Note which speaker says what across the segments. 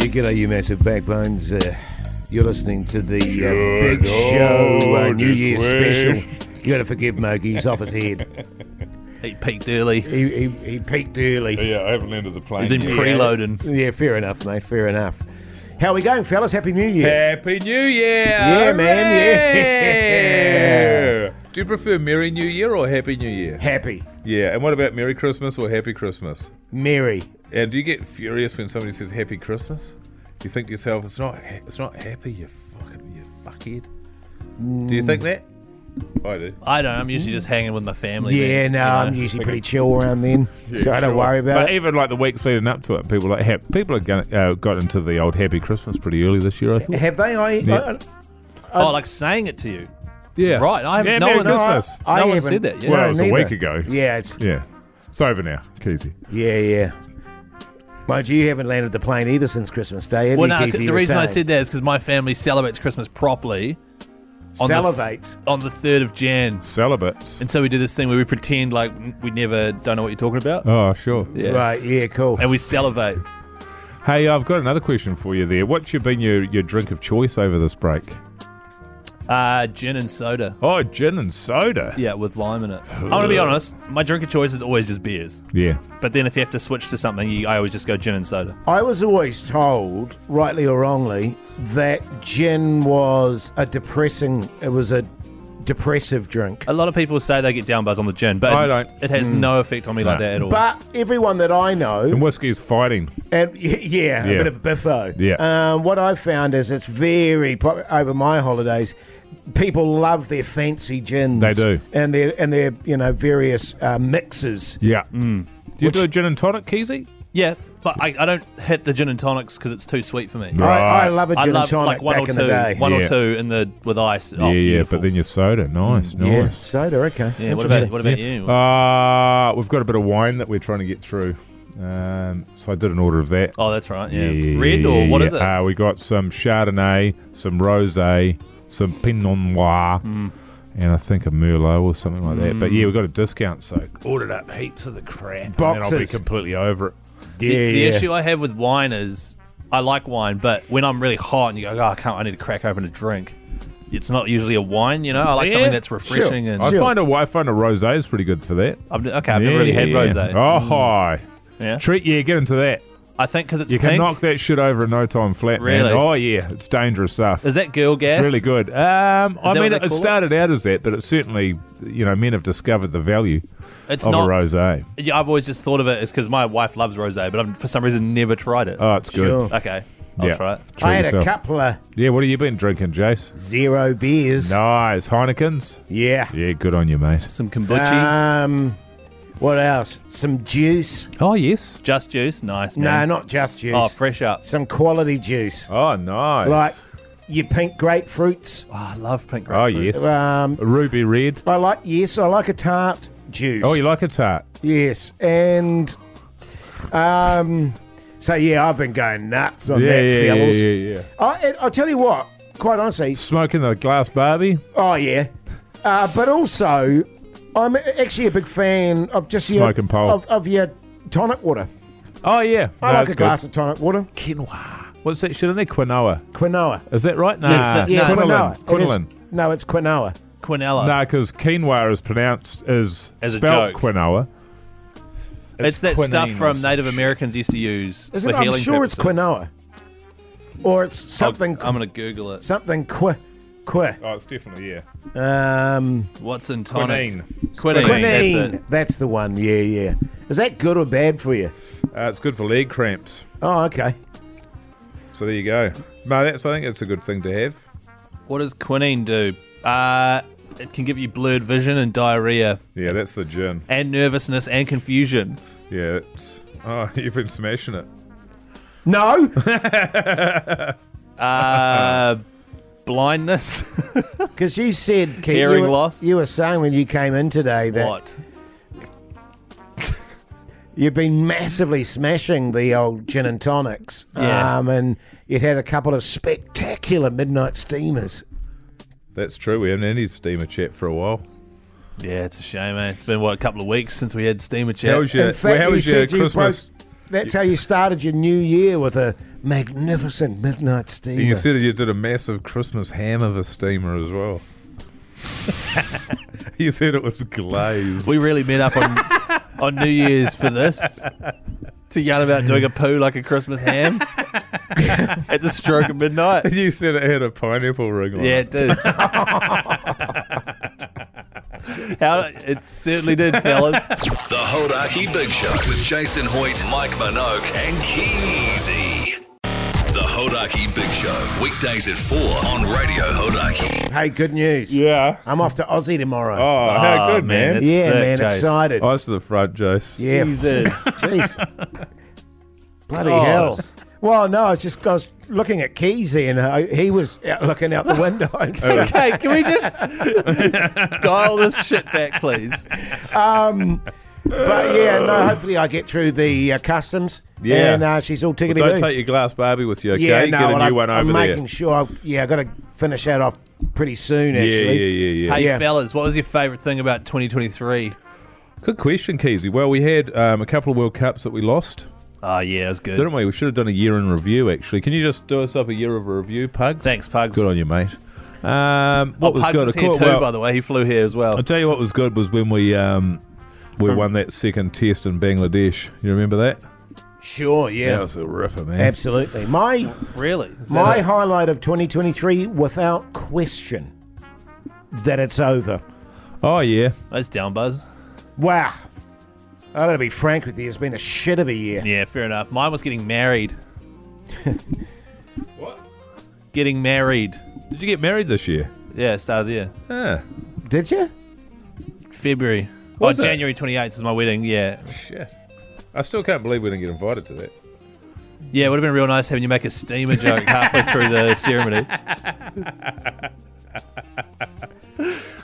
Speaker 1: Yeah, g'day, you massive backbones. Uh, you're listening to the uh,
Speaker 2: Good
Speaker 1: Big Show uh,
Speaker 2: old
Speaker 1: New Year's
Speaker 2: request.
Speaker 1: special. You gotta forgive Moki, he's off his head.
Speaker 3: He peaked early. He's
Speaker 1: He, he, he peaked early.
Speaker 2: Yeah, I haven't landed the plane.
Speaker 3: been
Speaker 2: yet.
Speaker 3: preloading.
Speaker 1: Yeah, fair enough, mate, fair enough. How we going, fellas? Happy New Year.
Speaker 2: Happy New Year!
Speaker 1: Yeah, man,
Speaker 2: Hooray! Do you prefer Merry New Year or Happy New Year?
Speaker 1: Happy.
Speaker 2: Yeah, and what about Merry Christmas or Happy Christmas?
Speaker 1: Merry.
Speaker 2: And do you get furious when somebody says Happy Christmas? Do you think to yourself, it's not, ha- it's not happy, you fucking, you fuckhead? Do you think that? I do.
Speaker 3: I don't. I'm usually just hanging with my family.
Speaker 1: Yeah,
Speaker 3: man,
Speaker 1: no,
Speaker 3: you know.
Speaker 1: I'm usually pretty chill around then, so I don't
Speaker 2: sure.
Speaker 1: worry about
Speaker 2: But
Speaker 1: it.
Speaker 2: even like the weeks leading up to it, people like hap people are gonna, uh, got into the old Happy Christmas pretty early this year. I thought.
Speaker 1: Have they? I,
Speaker 2: Yeah.
Speaker 3: Oh, like saying it to you.
Speaker 2: Yeah,
Speaker 3: Right, I haven't-
Speaker 2: yeah,
Speaker 3: no
Speaker 2: Merry
Speaker 3: one- no, I-
Speaker 2: Christmas.
Speaker 1: I, I
Speaker 3: No one
Speaker 1: haven't-
Speaker 3: said that, yeah.
Speaker 2: Well, it
Speaker 1: No,
Speaker 2: was a
Speaker 1: neither.
Speaker 2: week ago.
Speaker 1: Yeah, it's
Speaker 2: Yeah, it's over now, Keezy.
Speaker 1: Yeah, yeah. Mind you, you haven't landed the plane either since Christmas Day. Have
Speaker 3: Well,
Speaker 1: you,
Speaker 3: no,
Speaker 1: Keezy? You
Speaker 3: the
Speaker 1: were
Speaker 3: reason I
Speaker 1: saying.
Speaker 3: said that is because my family celebrates Christmas properly on
Speaker 1: Salivates.
Speaker 3: the, on the third of Jan,
Speaker 2: Celibates.
Speaker 3: and so we do this thing where we pretend like we never don't know what you're talking about,
Speaker 2: Oh, sure.
Speaker 3: Yeah.
Speaker 1: Right, yeah, cool.
Speaker 3: and we salivate.
Speaker 2: Hey, I've got another question for you there. What's your, been your, your drink of choice over this break?
Speaker 3: Uh, gin and soda.
Speaker 2: Oh, gin and soda.
Speaker 3: Yeah, with lime in it. I'm gonna be honest. My drink of choice is always just beers.
Speaker 2: Yeah.
Speaker 3: But then if you have to switch to something, you, I always just go gin and soda.
Speaker 1: I was always told, rightly or wrongly, that gin was a depressing. It was a depressive drink.
Speaker 3: A lot of people say they get down buzz on the gin, but
Speaker 2: I don't. Mm.
Speaker 3: it has no effect on me like
Speaker 2: No.
Speaker 3: that at all.
Speaker 1: But everyone that I know,
Speaker 2: And whiskey's fighting.
Speaker 1: and y- yeah, a
Speaker 2: Yeah.
Speaker 1: bit of biffo.
Speaker 2: Yeah.
Speaker 1: Um, what I've found is it's very pop- over my holidays. People love their fancy gins.
Speaker 2: They do.
Speaker 1: and their and their you know various uh, mixes.
Speaker 2: Yeah. Mm. Do you do a gin and tonic, Keezy?
Speaker 3: yeah, but I, I don't hit the gin and tonics because it's too sweet for me.
Speaker 1: I,
Speaker 2: Right.
Speaker 1: I love a
Speaker 3: I
Speaker 1: gin and
Speaker 3: love
Speaker 1: tonic
Speaker 3: like one
Speaker 1: back
Speaker 3: or
Speaker 1: in
Speaker 3: two,
Speaker 1: the day.
Speaker 3: one or
Speaker 2: Yeah.
Speaker 3: two in the with ice. Oh,
Speaker 2: yeah, yeah.
Speaker 3: beautiful.
Speaker 2: But then your soda. Nice,
Speaker 1: Yeah,
Speaker 2: nice.
Speaker 1: soda. Okay.
Speaker 3: yeah. What about what about you?
Speaker 2: Uh, we've got a bit of wine that we're trying to get through. Um, so I did an order of that.
Speaker 3: oh, that's right. Yeah, red or
Speaker 2: yeah,
Speaker 3: what
Speaker 2: yeah.
Speaker 3: is it?
Speaker 2: Uh, we got some Chardonnay, some Rosé, some Pinot Noir,
Speaker 3: Mm.
Speaker 2: and I think a Merlot or something like that. But yeah, we got a discount, so ordered up heaps of the crap. And then I'll be
Speaker 1: Boxes.
Speaker 2: completely over it.
Speaker 1: Yeah,
Speaker 3: the, the
Speaker 1: yeah.
Speaker 3: issue I have with wine is I like wine, but when I'm really hot and you go, oh, I can't, I need to crack open a drink. It's not usually a wine, you know. I like
Speaker 2: Yeah.
Speaker 3: something that's refreshing and
Speaker 2: I
Speaker 1: Sure.
Speaker 2: find a I find a rosé is pretty good for that.
Speaker 3: I've, okay. I've never really had
Speaker 2: Yeah.
Speaker 3: rosé. Mm.
Speaker 2: Oh hi,
Speaker 3: Yeah,
Speaker 2: treat yeah, get into that.
Speaker 3: I think because it's
Speaker 2: You
Speaker 3: pink.
Speaker 2: can knock that shit over in no time flat. man.
Speaker 3: Really?
Speaker 2: Oh yeah, it's dangerous stuff.
Speaker 3: Is that girl gas?
Speaker 2: It's really good. Um, I
Speaker 3: that
Speaker 2: mean,
Speaker 3: what
Speaker 2: it,
Speaker 3: they
Speaker 2: it
Speaker 3: call it?
Speaker 2: started out as that, but it's certainly you know men have discovered the value
Speaker 3: It's
Speaker 2: of a
Speaker 3: not.
Speaker 2: rosé.
Speaker 3: Yeah, I've always just thought of it as because my wife loves rosé, but I've for some reason never tried it.
Speaker 2: Oh, it's good.
Speaker 1: Sure.
Speaker 3: okay, I'll
Speaker 2: Yeah.
Speaker 3: try it.
Speaker 2: Treat
Speaker 1: I had
Speaker 2: yourself.
Speaker 1: a couple of
Speaker 2: Yeah, what have you been drinking, Jace?
Speaker 1: zero beers.
Speaker 2: Nice. Heineken's?
Speaker 1: Yeah.
Speaker 2: Yeah, good on you, mate.
Speaker 3: Some kombucha,
Speaker 1: Um, what else? Some juice.
Speaker 2: Oh, yes.
Speaker 3: just juice, nice
Speaker 1: No,
Speaker 3: man.
Speaker 1: not just juice.
Speaker 3: oh, fresh up.
Speaker 1: Some quality juice,
Speaker 2: Oh, nice.
Speaker 1: like your pink grapefruits.
Speaker 3: Oh, I love pink
Speaker 2: oh,
Speaker 3: grapefruit.
Speaker 2: yes.
Speaker 1: Um,
Speaker 2: Ruby red.
Speaker 1: I like yes, I like a tart juice.
Speaker 2: Oh, you like a tart?
Speaker 1: yes, and um, so yeah, I've been going nuts on
Speaker 2: Yeah,
Speaker 1: that,
Speaker 2: yeah, yeah, yeah,
Speaker 1: fellas.
Speaker 2: yeah, yeah.
Speaker 1: I, and I'll tell you what. Quite honestly,
Speaker 2: Smoking the glass Barbie?
Speaker 1: Oh yeah, uh, but also I'm actually a big fan of just your,
Speaker 2: Smoke and pole.
Speaker 1: of, of your tonic water.
Speaker 2: Oh, yeah.
Speaker 1: I
Speaker 2: No,
Speaker 1: like
Speaker 2: it's
Speaker 1: a
Speaker 2: good.
Speaker 1: glass of tonic water.
Speaker 2: Quinoa. What's that shit in there? Quinoa.
Speaker 1: Quinoa.
Speaker 2: Is that right? Nah.
Speaker 3: That's it.
Speaker 1: Yeah,
Speaker 3: No, it's-
Speaker 1: quinoa.
Speaker 2: quinoa.
Speaker 1: It is-
Speaker 2: Quinoa.
Speaker 1: no, it's quinoa.
Speaker 3: Quinella.
Speaker 2: Nah, because quinoa is pronounced as,
Speaker 3: As a
Speaker 2: spelt
Speaker 3: joke.
Speaker 2: quinoa.
Speaker 3: it's that stuff
Speaker 2: quinine or
Speaker 3: from
Speaker 2: some
Speaker 3: Native
Speaker 2: shit.
Speaker 3: Americans used to use
Speaker 1: Isn't it?
Speaker 3: for
Speaker 1: I'm
Speaker 3: healing
Speaker 1: sure it's
Speaker 3: purposes.
Speaker 1: quinoa, or it's something
Speaker 3: I'll- I'm gonna Google it.
Speaker 1: something qui qui.
Speaker 2: Oh, it's definitely, yeah.
Speaker 1: Um,
Speaker 3: What's in tonic?
Speaker 2: Quinine.
Speaker 3: Quinine.
Speaker 1: quinine.
Speaker 3: That's it.
Speaker 1: the one. Yeah, yeah. Is that good or bad for you?
Speaker 2: Uh, it's good for leg cramps.
Speaker 1: Oh, okay.
Speaker 2: So there you go. No, that's, I think it's a good thing to have.
Speaker 3: What does quinine do? Uh, it can give you blurred vision and diarrhea
Speaker 2: Yeah, that's the gin.
Speaker 3: and nervousness and confusion.
Speaker 2: Yeah, it's. Oh, you've been smashing it.
Speaker 1: No,
Speaker 3: Uh, blindness.
Speaker 1: because you said Keith,
Speaker 3: Hearing
Speaker 1: you were,
Speaker 3: loss?
Speaker 1: You were saying when you came in today that
Speaker 3: what?
Speaker 1: You've been massively smashing the old gin and tonics.
Speaker 3: Yeah.
Speaker 1: Um, and you'd had a couple of spectacular midnight steamers.
Speaker 2: That's true. We haven't had any steamer chat for a while.
Speaker 3: Yeah, it's a shame, man. It's been what a couple of weeks since we had steamer chat.
Speaker 2: How was your,
Speaker 1: In fact,
Speaker 2: how
Speaker 1: you
Speaker 2: was your
Speaker 1: said you
Speaker 2: Christmas?
Speaker 1: broke- that's how you started your new year with a magnificent midnight steamer.
Speaker 2: you said you did a massive Christmas ham of a steamer as well. you said it was glazed.
Speaker 3: We really met up on on New Year's for this to yarn about doing a poo like a Christmas ham at the stroke of midnight.
Speaker 2: you said it had a pineapple ring on
Speaker 3: Yeah,
Speaker 2: it.
Speaker 3: it did. How, it certainly did, fellas.
Speaker 4: The Hodaki Big Show with Jason Hoyt, Mike Minogue, and Keezy. The Hodaki Big Show, weekdays at 4 on Radio Hodaki.
Speaker 1: hey, good news.
Speaker 2: Yeah.
Speaker 1: I'm off to Aussie tomorrow.
Speaker 2: Oh, how
Speaker 3: Oh,
Speaker 2: good,
Speaker 3: man,
Speaker 2: man.
Speaker 3: that's-
Speaker 1: yeah,
Speaker 3: sick,
Speaker 1: man,
Speaker 3: Jace.
Speaker 1: excited.
Speaker 2: Eyes to the front, Jace.
Speaker 1: yeah,
Speaker 3: Jesus.
Speaker 1: jeez. Bloody
Speaker 3: God.
Speaker 1: hell. Well, no, it's just 'cause looking at Keezy and I, he was out looking out the window.
Speaker 2: Oh.
Speaker 1: And so-
Speaker 3: Okay, can we just dial this shit back, please?
Speaker 1: but yeah, no, hopefully I get through the uh, customs.
Speaker 2: Yeah.
Speaker 1: And uh, she's all tickety
Speaker 2: Don't
Speaker 1: boo.
Speaker 2: take your glass Barbie with you, okay?
Speaker 1: yeah, no,
Speaker 2: Get a
Speaker 1: well,
Speaker 2: new
Speaker 1: I'm,
Speaker 2: one
Speaker 1: I'm
Speaker 2: over
Speaker 1: making
Speaker 2: there.
Speaker 1: sure. I, yeah, i got to finish that off pretty soon,
Speaker 2: yeah,
Speaker 1: actually.
Speaker 2: yeah, yeah, yeah.
Speaker 3: Hey,
Speaker 1: Yeah.
Speaker 3: fellas, what was your favourite thing about 2023?
Speaker 2: Good question, Keezy. Well, we had um, a couple of World Cups that we lost,
Speaker 3: Oh, yeah, it was good.
Speaker 2: didn't we? We should have done a year in review, actually. Can you just do us up a year of a review, Pugs?
Speaker 3: Thanks, Pugs.
Speaker 2: Good on you, mate. Um, what
Speaker 3: oh,
Speaker 2: was
Speaker 3: Pugs
Speaker 2: good?
Speaker 3: is here
Speaker 2: Cool,
Speaker 3: too,
Speaker 2: well,
Speaker 3: by the way. He flew here as well.
Speaker 2: I'll tell you what was good was when we um, we won that second test in Bangladesh. You remember that?
Speaker 1: Sure, yeah.
Speaker 2: That was a ripper, man.
Speaker 1: Absolutely. My
Speaker 3: Really? Is that
Speaker 1: my
Speaker 3: it?
Speaker 1: highlight of 2023, without question, that it's over.
Speaker 2: oh, yeah.
Speaker 3: That's down, Buzz.
Speaker 1: Wow. I gotta be frank with you, it's been a shit of a year.
Speaker 3: Yeah, fair enough. Mine was getting married.
Speaker 2: What?
Speaker 3: Getting married.
Speaker 2: Did you get married this year?
Speaker 3: Yeah, start of the year.
Speaker 2: Yeah.
Speaker 1: Did you?
Speaker 3: February.
Speaker 2: Was
Speaker 3: oh,
Speaker 2: it?
Speaker 3: January 28th is my wedding. Yeah.
Speaker 2: Shit. I still can't believe we didn't get invited to that.
Speaker 3: Yeah, it would have been real nice having you make a steamer joke halfway through the ceremony.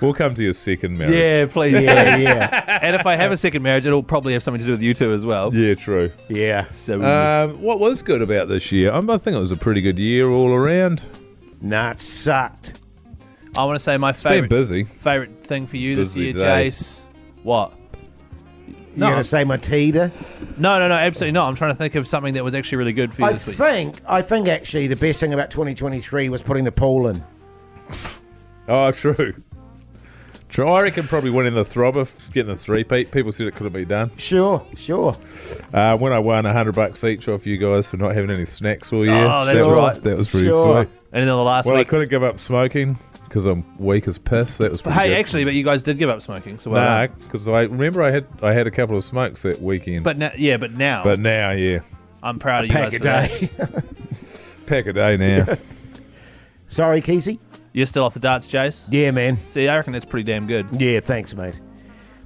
Speaker 2: We'll come to your second marriage.
Speaker 3: Yeah, please.
Speaker 1: Yeah, yeah.
Speaker 3: And if I have a second marriage, it'll probably have something to do with you two as well.
Speaker 2: Yeah, true.
Speaker 1: Yeah.
Speaker 3: So
Speaker 2: Um, what was good about this year? Um, I think it was a pretty good year all around.
Speaker 1: Nah, it sucked.
Speaker 3: I want to say my
Speaker 2: Been
Speaker 3: favorite
Speaker 2: busy.
Speaker 3: favorite thing for you this
Speaker 2: Busy
Speaker 3: year,
Speaker 2: day.
Speaker 3: Jace. What?
Speaker 1: You gonna say my teeter?
Speaker 3: No, no, no, absolutely not. I'm trying to think of something that was actually really good for you
Speaker 1: I
Speaker 3: this week.
Speaker 1: think I think actually the best thing about 2023 was putting the pool in.
Speaker 2: Oh, true. True. I reckon probably winning the throbber, getting the three peat. People said it could have been done.
Speaker 1: Sure, sure.
Speaker 2: Uh, when I won hundred bucks each off you guys for not having any snacks all year.
Speaker 3: Oh, that's
Speaker 2: that was,
Speaker 3: right.
Speaker 2: That was pretty
Speaker 1: Sure.
Speaker 2: sweet.
Speaker 3: and then the last
Speaker 2: Well, I
Speaker 3: week.
Speaker 2: couldn't give up smoking because I'm weak as piss. That was pretty
Speaker 3: Hey,
Speaker 2: good.
Speaker 3: actually, but you guys did give up smoking, so well
Speaker 2: nah,
Speaker 1: uh,
Speaker 3: done.
Speaker 2: because I remember I had I had a couple of smokes that weekend.
Speaker 3: But now, yeah, but now
Speaker 2: but now, yeah,
Speaker 3: I'm proud of you guys
Speaker 1: Pack
Speaker 3: for
Speaker 1: a
Speaker 3: that.
Speaker 1: day.
Speaker 2: pack a day now.
Speaker 1: Sorry, Keezy.
Speaker 3: You're still off the darts, Jace.
Speaker 1: Yeah, man.
Speaker 3: See, I reckon that's pretty damn good.
Speaker 1: Yeah, thanks, mate.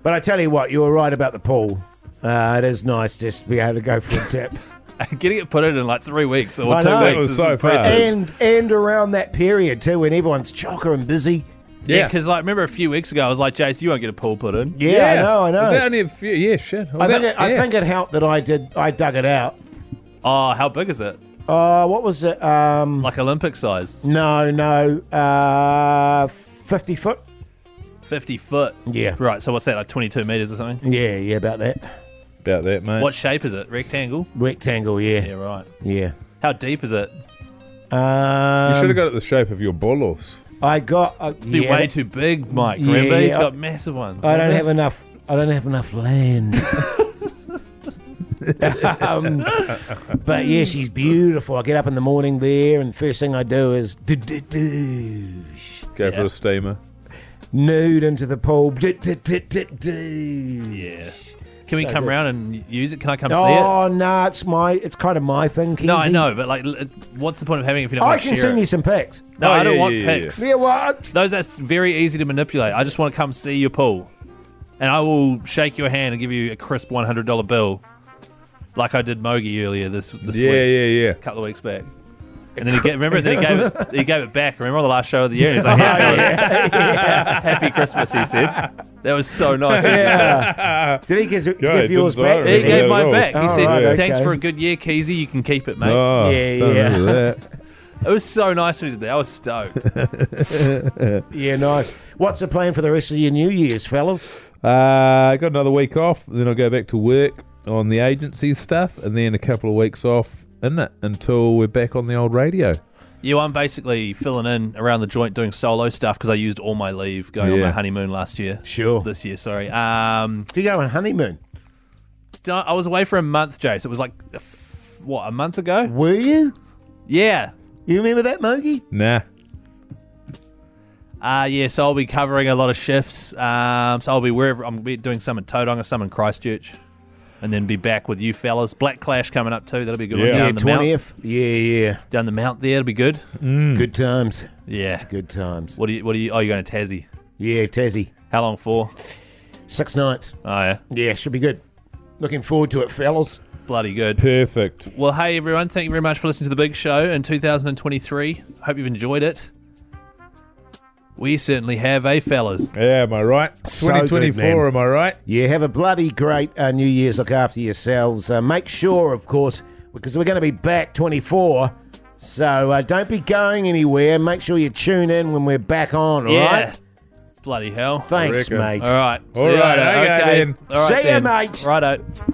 Speaker 1: But I tell you what, you were right about the pool. Uh, it is nice just to be able to go for a tip.
Speaker 3: Getting it put in in like three weeks or
Speaker 1: I
Speaker 3: two
Speaker 1: know.
Speaker 3: weeks
Speaker 1: That
Speaker 2: was
Speaker 3: is
Speaker 2: so
Speaker 3: impressive.
Speaker 2: fast.
Speaker 1: and and around that period too, when everyone's chocker and busy.
Speaker 3: Yeah, because like remember a few weeks ago, I was like, Jace, you won't get a pool put in.
Speaker 1: Yeah, I know, I
Speaker 2: Was that
Speaker 1: know.
Speaker 2: only a few? Yeah, shit.
Speaker 1: I
Speaker 2: Was
Speaker 1: think
Speaker 2: that-
Speaker 1: it, I
Speaker 2: yeah.
Speaker 1: think it helped that I did. I dug it out.
Speaker 3: Oh, how big is it?
Speaker 1: Uh, what was it? Um,
Speaker 3: Like Olympic size,
Speaker 1: no, no, uh, fifty foot.
Speaker 3: fifty foot.
Speaker 1: Yeah.
Speaker 3: Right. So what's that? Like twenty-two meters or something?
Speaker 1: Yeah, yeah, about that
Speaker 2: about that, mate.
Speaker 3: What shape is it? Rectangle.
Speaker 1: rectangle.
Speaker 3: Yeah.
Speaker 1: Yeah,
Speaker 3: Right.
Speaker 1: yeah.
Speaker 3: How deep is it?
Speaker 2: You
Speaker 1: Um,
Speaker 2: should have got it the shape of your bolos.
Speaker 1: I got. Uh,
Speaker 3: Be
Speaker 1: yeah,
Speaker 3: way too big, Mike.
Speaker 1: Yeah,
Speaker 3: Remember, he's
Speaker 1: yeah.
Speaker 3: got massive ones.
Speaker 1: I don't have enough. I don't have enough land. um, but yeah, she's beautiful. I get up in the morning there, and first thing I do is do-do-douche.
Speaker 2: Go
Speaker 3: Yeah.
Speaker 2: for a steamer.
Speaker 1: nude into the pool. Do-do-do-do-do.
Speaker 3: Yeah. Can we
Speaker 1: So
Speaker 3: come
Speaker 1: good.
Speaker 3: round and use it? Can I come see it?
Speaker 1: Oh no, it's my. It's kind of my thing. Keezy.
Speaker 3: No, I know, but like, l- what's the point of having it if you don't
Speaker 1: I
Speaker 3: want to
Speaker 1: can
Speaker 3: share
Speaker 1: send
Speaker 3: it?
Speaker 1: you some pics.
Speaker 3: No,
Speaker 2: Oh,
Speaker 3: I don't
Speaker 2: yeah,
Speaker 3: want
Speaker 2: yeah, yeah.
Speaker 3: pics.
Speaker 1: Yeah, uh, what?
Speaker 3: Those that's very easy to manipulate. I just want to come see your pool, and I will shake your hand and give you a crisp one hundred dollar bill, like I did Mogi earlier this this
Speaker 2: yeah,
Speaker 3: week,
Speaker 2: yeah, yeah.
Speaker 3: a couple of weeks back. And then he gave, remember then he gave it he gave it back. Remember on the last show of the year, he's
Speaker 2: Oh,
Speaker 3: like, yeah, "Happy Christmas," he said. That was so nice.
Speaker 1: Yeah. Did he give,
Speaker 2: Yeah,
Speaker 1: give
Speaker 2: he
Speaker 1: yours
Speaker 2: didn't say
Speaker 1: back?
Speaker 2: it.
Speaker 3: He
Speaker 2: Yeah, yeah,
Speaker 3: gave mine
Speaker 2: no.
Speaker 3: back. He
Speaker 1: All
Speaker 3: said,
Speaker 1: right,
Speaker 3: "Thanks
Speaker 1: okay.
Speaker 3: for a good year, Keezy. You can keep it, mate."
Speaker 2: Oh,
Speaker 1: Yeah,
Speaker 2: don't
Speaker 1: yeah.
Speaker 2: remember that.
Speaker 3: It was so nice when he did that. I was stoked.
Speaker 1: Yeah, nice. What's the plan for the rest of your New Year's, fellas?
Speaker 2: Uh, got another week off, then I'll go back to work on the agency stuff, and then a couple of weeks off in it until we're back on the old radio.
Speaker 3: Yeah, I'm basically filling in around the joint doing solo stuff because I used all my leave going on
Speaker 2: Yeah.
Speaker 3: my honeymoon last year.
Speaker 1: Sure.
Speaker 3: This year, sorry. Um,
Speaker 1: You go on honeymoon.
Speaker 3: don't- I was away for a month, Jace. It was like, a f- what, a month ago?
Speaker 1: Were you?
Speaker 3: Yeah.
Speaker 1: You remember that, Mogi?
Speaker 2: Nah.
Speaker 3: Uh, yeah, so I'll be covering a lot of shifts. Um, so I'll be wherever. I'm be doing some in Tauranga, some in Christchurch. And then be back with you fellas. Black Clash coming up too. That'll be a good one.
Speaker 2: Yeah.
Speaker 3: Down,
Speaker 1: Yeah,
Speaker 3: the mount,
Speaker 1: twentieth. Yeah, yeah.
Speaker 3: down the mount there. It'll be good.
Speaker 1: Good times.
Speaker 3: Yeah.
Speaker 1: Good times.
Speaker 3: What do you, what do you, oh, you're going to Tassie.
Speaker 1: Yeah, Tassie.
Speaker 3: How long for?
Speaker 1: Six nights.
Speaker 3: Oh, yeah.
Speaker 1: Yeah, should be good. Looking forward to it, fellas.
Speaker 3: Bloody good.
Speaker 2: Perfect.
Speaker 3: Well, hey everyone, thank you very much for listening to the big show in 2023. Hope you've enjoyed it. We certainly have, eh, fellas?
Speaker 2: Yeah, am I right?
Speaker 1: So good,
Speaker 2: 2024,
Speaker 1: man.
Speaker 2: am I right?
Speaker 1: Yeah, have a bloody great uh, New Year's. Look after yourselves. Uh, make sure, of course, because we're going to be back 24. So uh, don't be going anywhere. Make sure you tune in when we're back on, all
Speaker 3: yeah.
Speaker 1: right?
Speaker 3: Bloody hell.
Speaker 1: Thanks,
Speaker 2: reckon.
Speaker 1: mate.
Speaker 3: All right.
Speaker 2: All
Speaker 3: See you
Speaker 2: right,
Speaker 3: later.
Speaker 2: okay
Speaker 3: Okay.
Speaker 2: then.
Speaker 3: All right
Speaker 1: See you,
Speaker 3: then.
Speaker 1: mate.
Speaker 3: Righto.